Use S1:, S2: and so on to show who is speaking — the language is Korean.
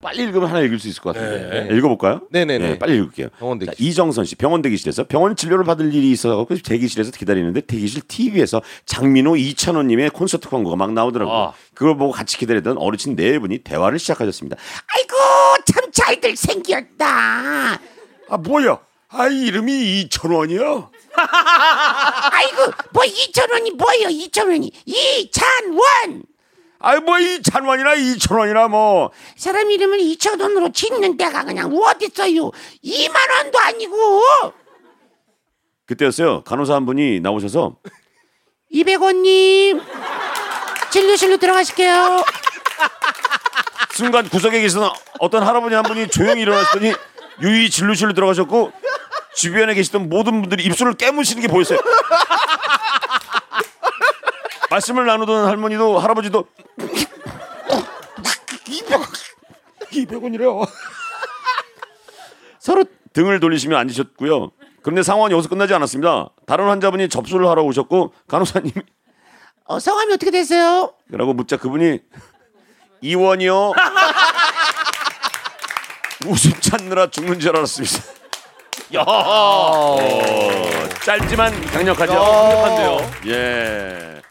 S1: 빨리 읽으면 하나 읽을 수 있을 것 같은데
S2: 네,
S1: 읽어볼까요?
S2: 네네네.
S1: 예, 빨리 읽을게요.
S2: 병원 대기실.
S1: 자, 이정선 씨 병원 대기실에서 병원 진료를 받을 일이 있어서 대기실에서 기다리는데 대기실 TV에서 장민호 이찬호님의 콘서트 광고가 막 나오더라고요.
S2: 아.
S1: 그걸 보고 같이 기다리던 어르신 네 분이 대화를 시작하셨습니다. 아이고 참 잘들 생겼다. 아 뭐야? 아 이름이 이찬원이야?
S3: 아이고 뭐 2천 원이 뭐예요 2천 원이 2천 원
S1: 아이 뭐 이찬원이나 이천원이나 뭐
S3: 사람 이름을 2천 원으로 짓는 데가 그냥 어딨어요 2만 원도 아니고
S1: 그때였어요. 간호사 한 분이 나오셔서
S3: 200원님 진료실로 들어가실게요
S1: 순간 구석에 계시던 어떤 할아버지 한 분이 조용히 일어났더니 유의 진료실로 들어가셨고 주변에 계시던 모든 분들이 입술을 깨무시는 게 보였어요. 말씀을 나누던 할머니도 할아버지도
S2: 200원이래요.
S1: 서로 등을 돌리시며 앉으셨고요. 그런데 상황이 여기서 끝나지 않았습니다. 다른 환자분이 접수를 하러 오셨고 간호사님이
S3: 어, 성함이 어떻게 되세요
S1: 라고 묻자 그분이 이원이요. 웃음 찾느라 죽는 줄 알았습니다. 야, 짧지만 강력하죠.
S2: 강력한데요.
S1: 예.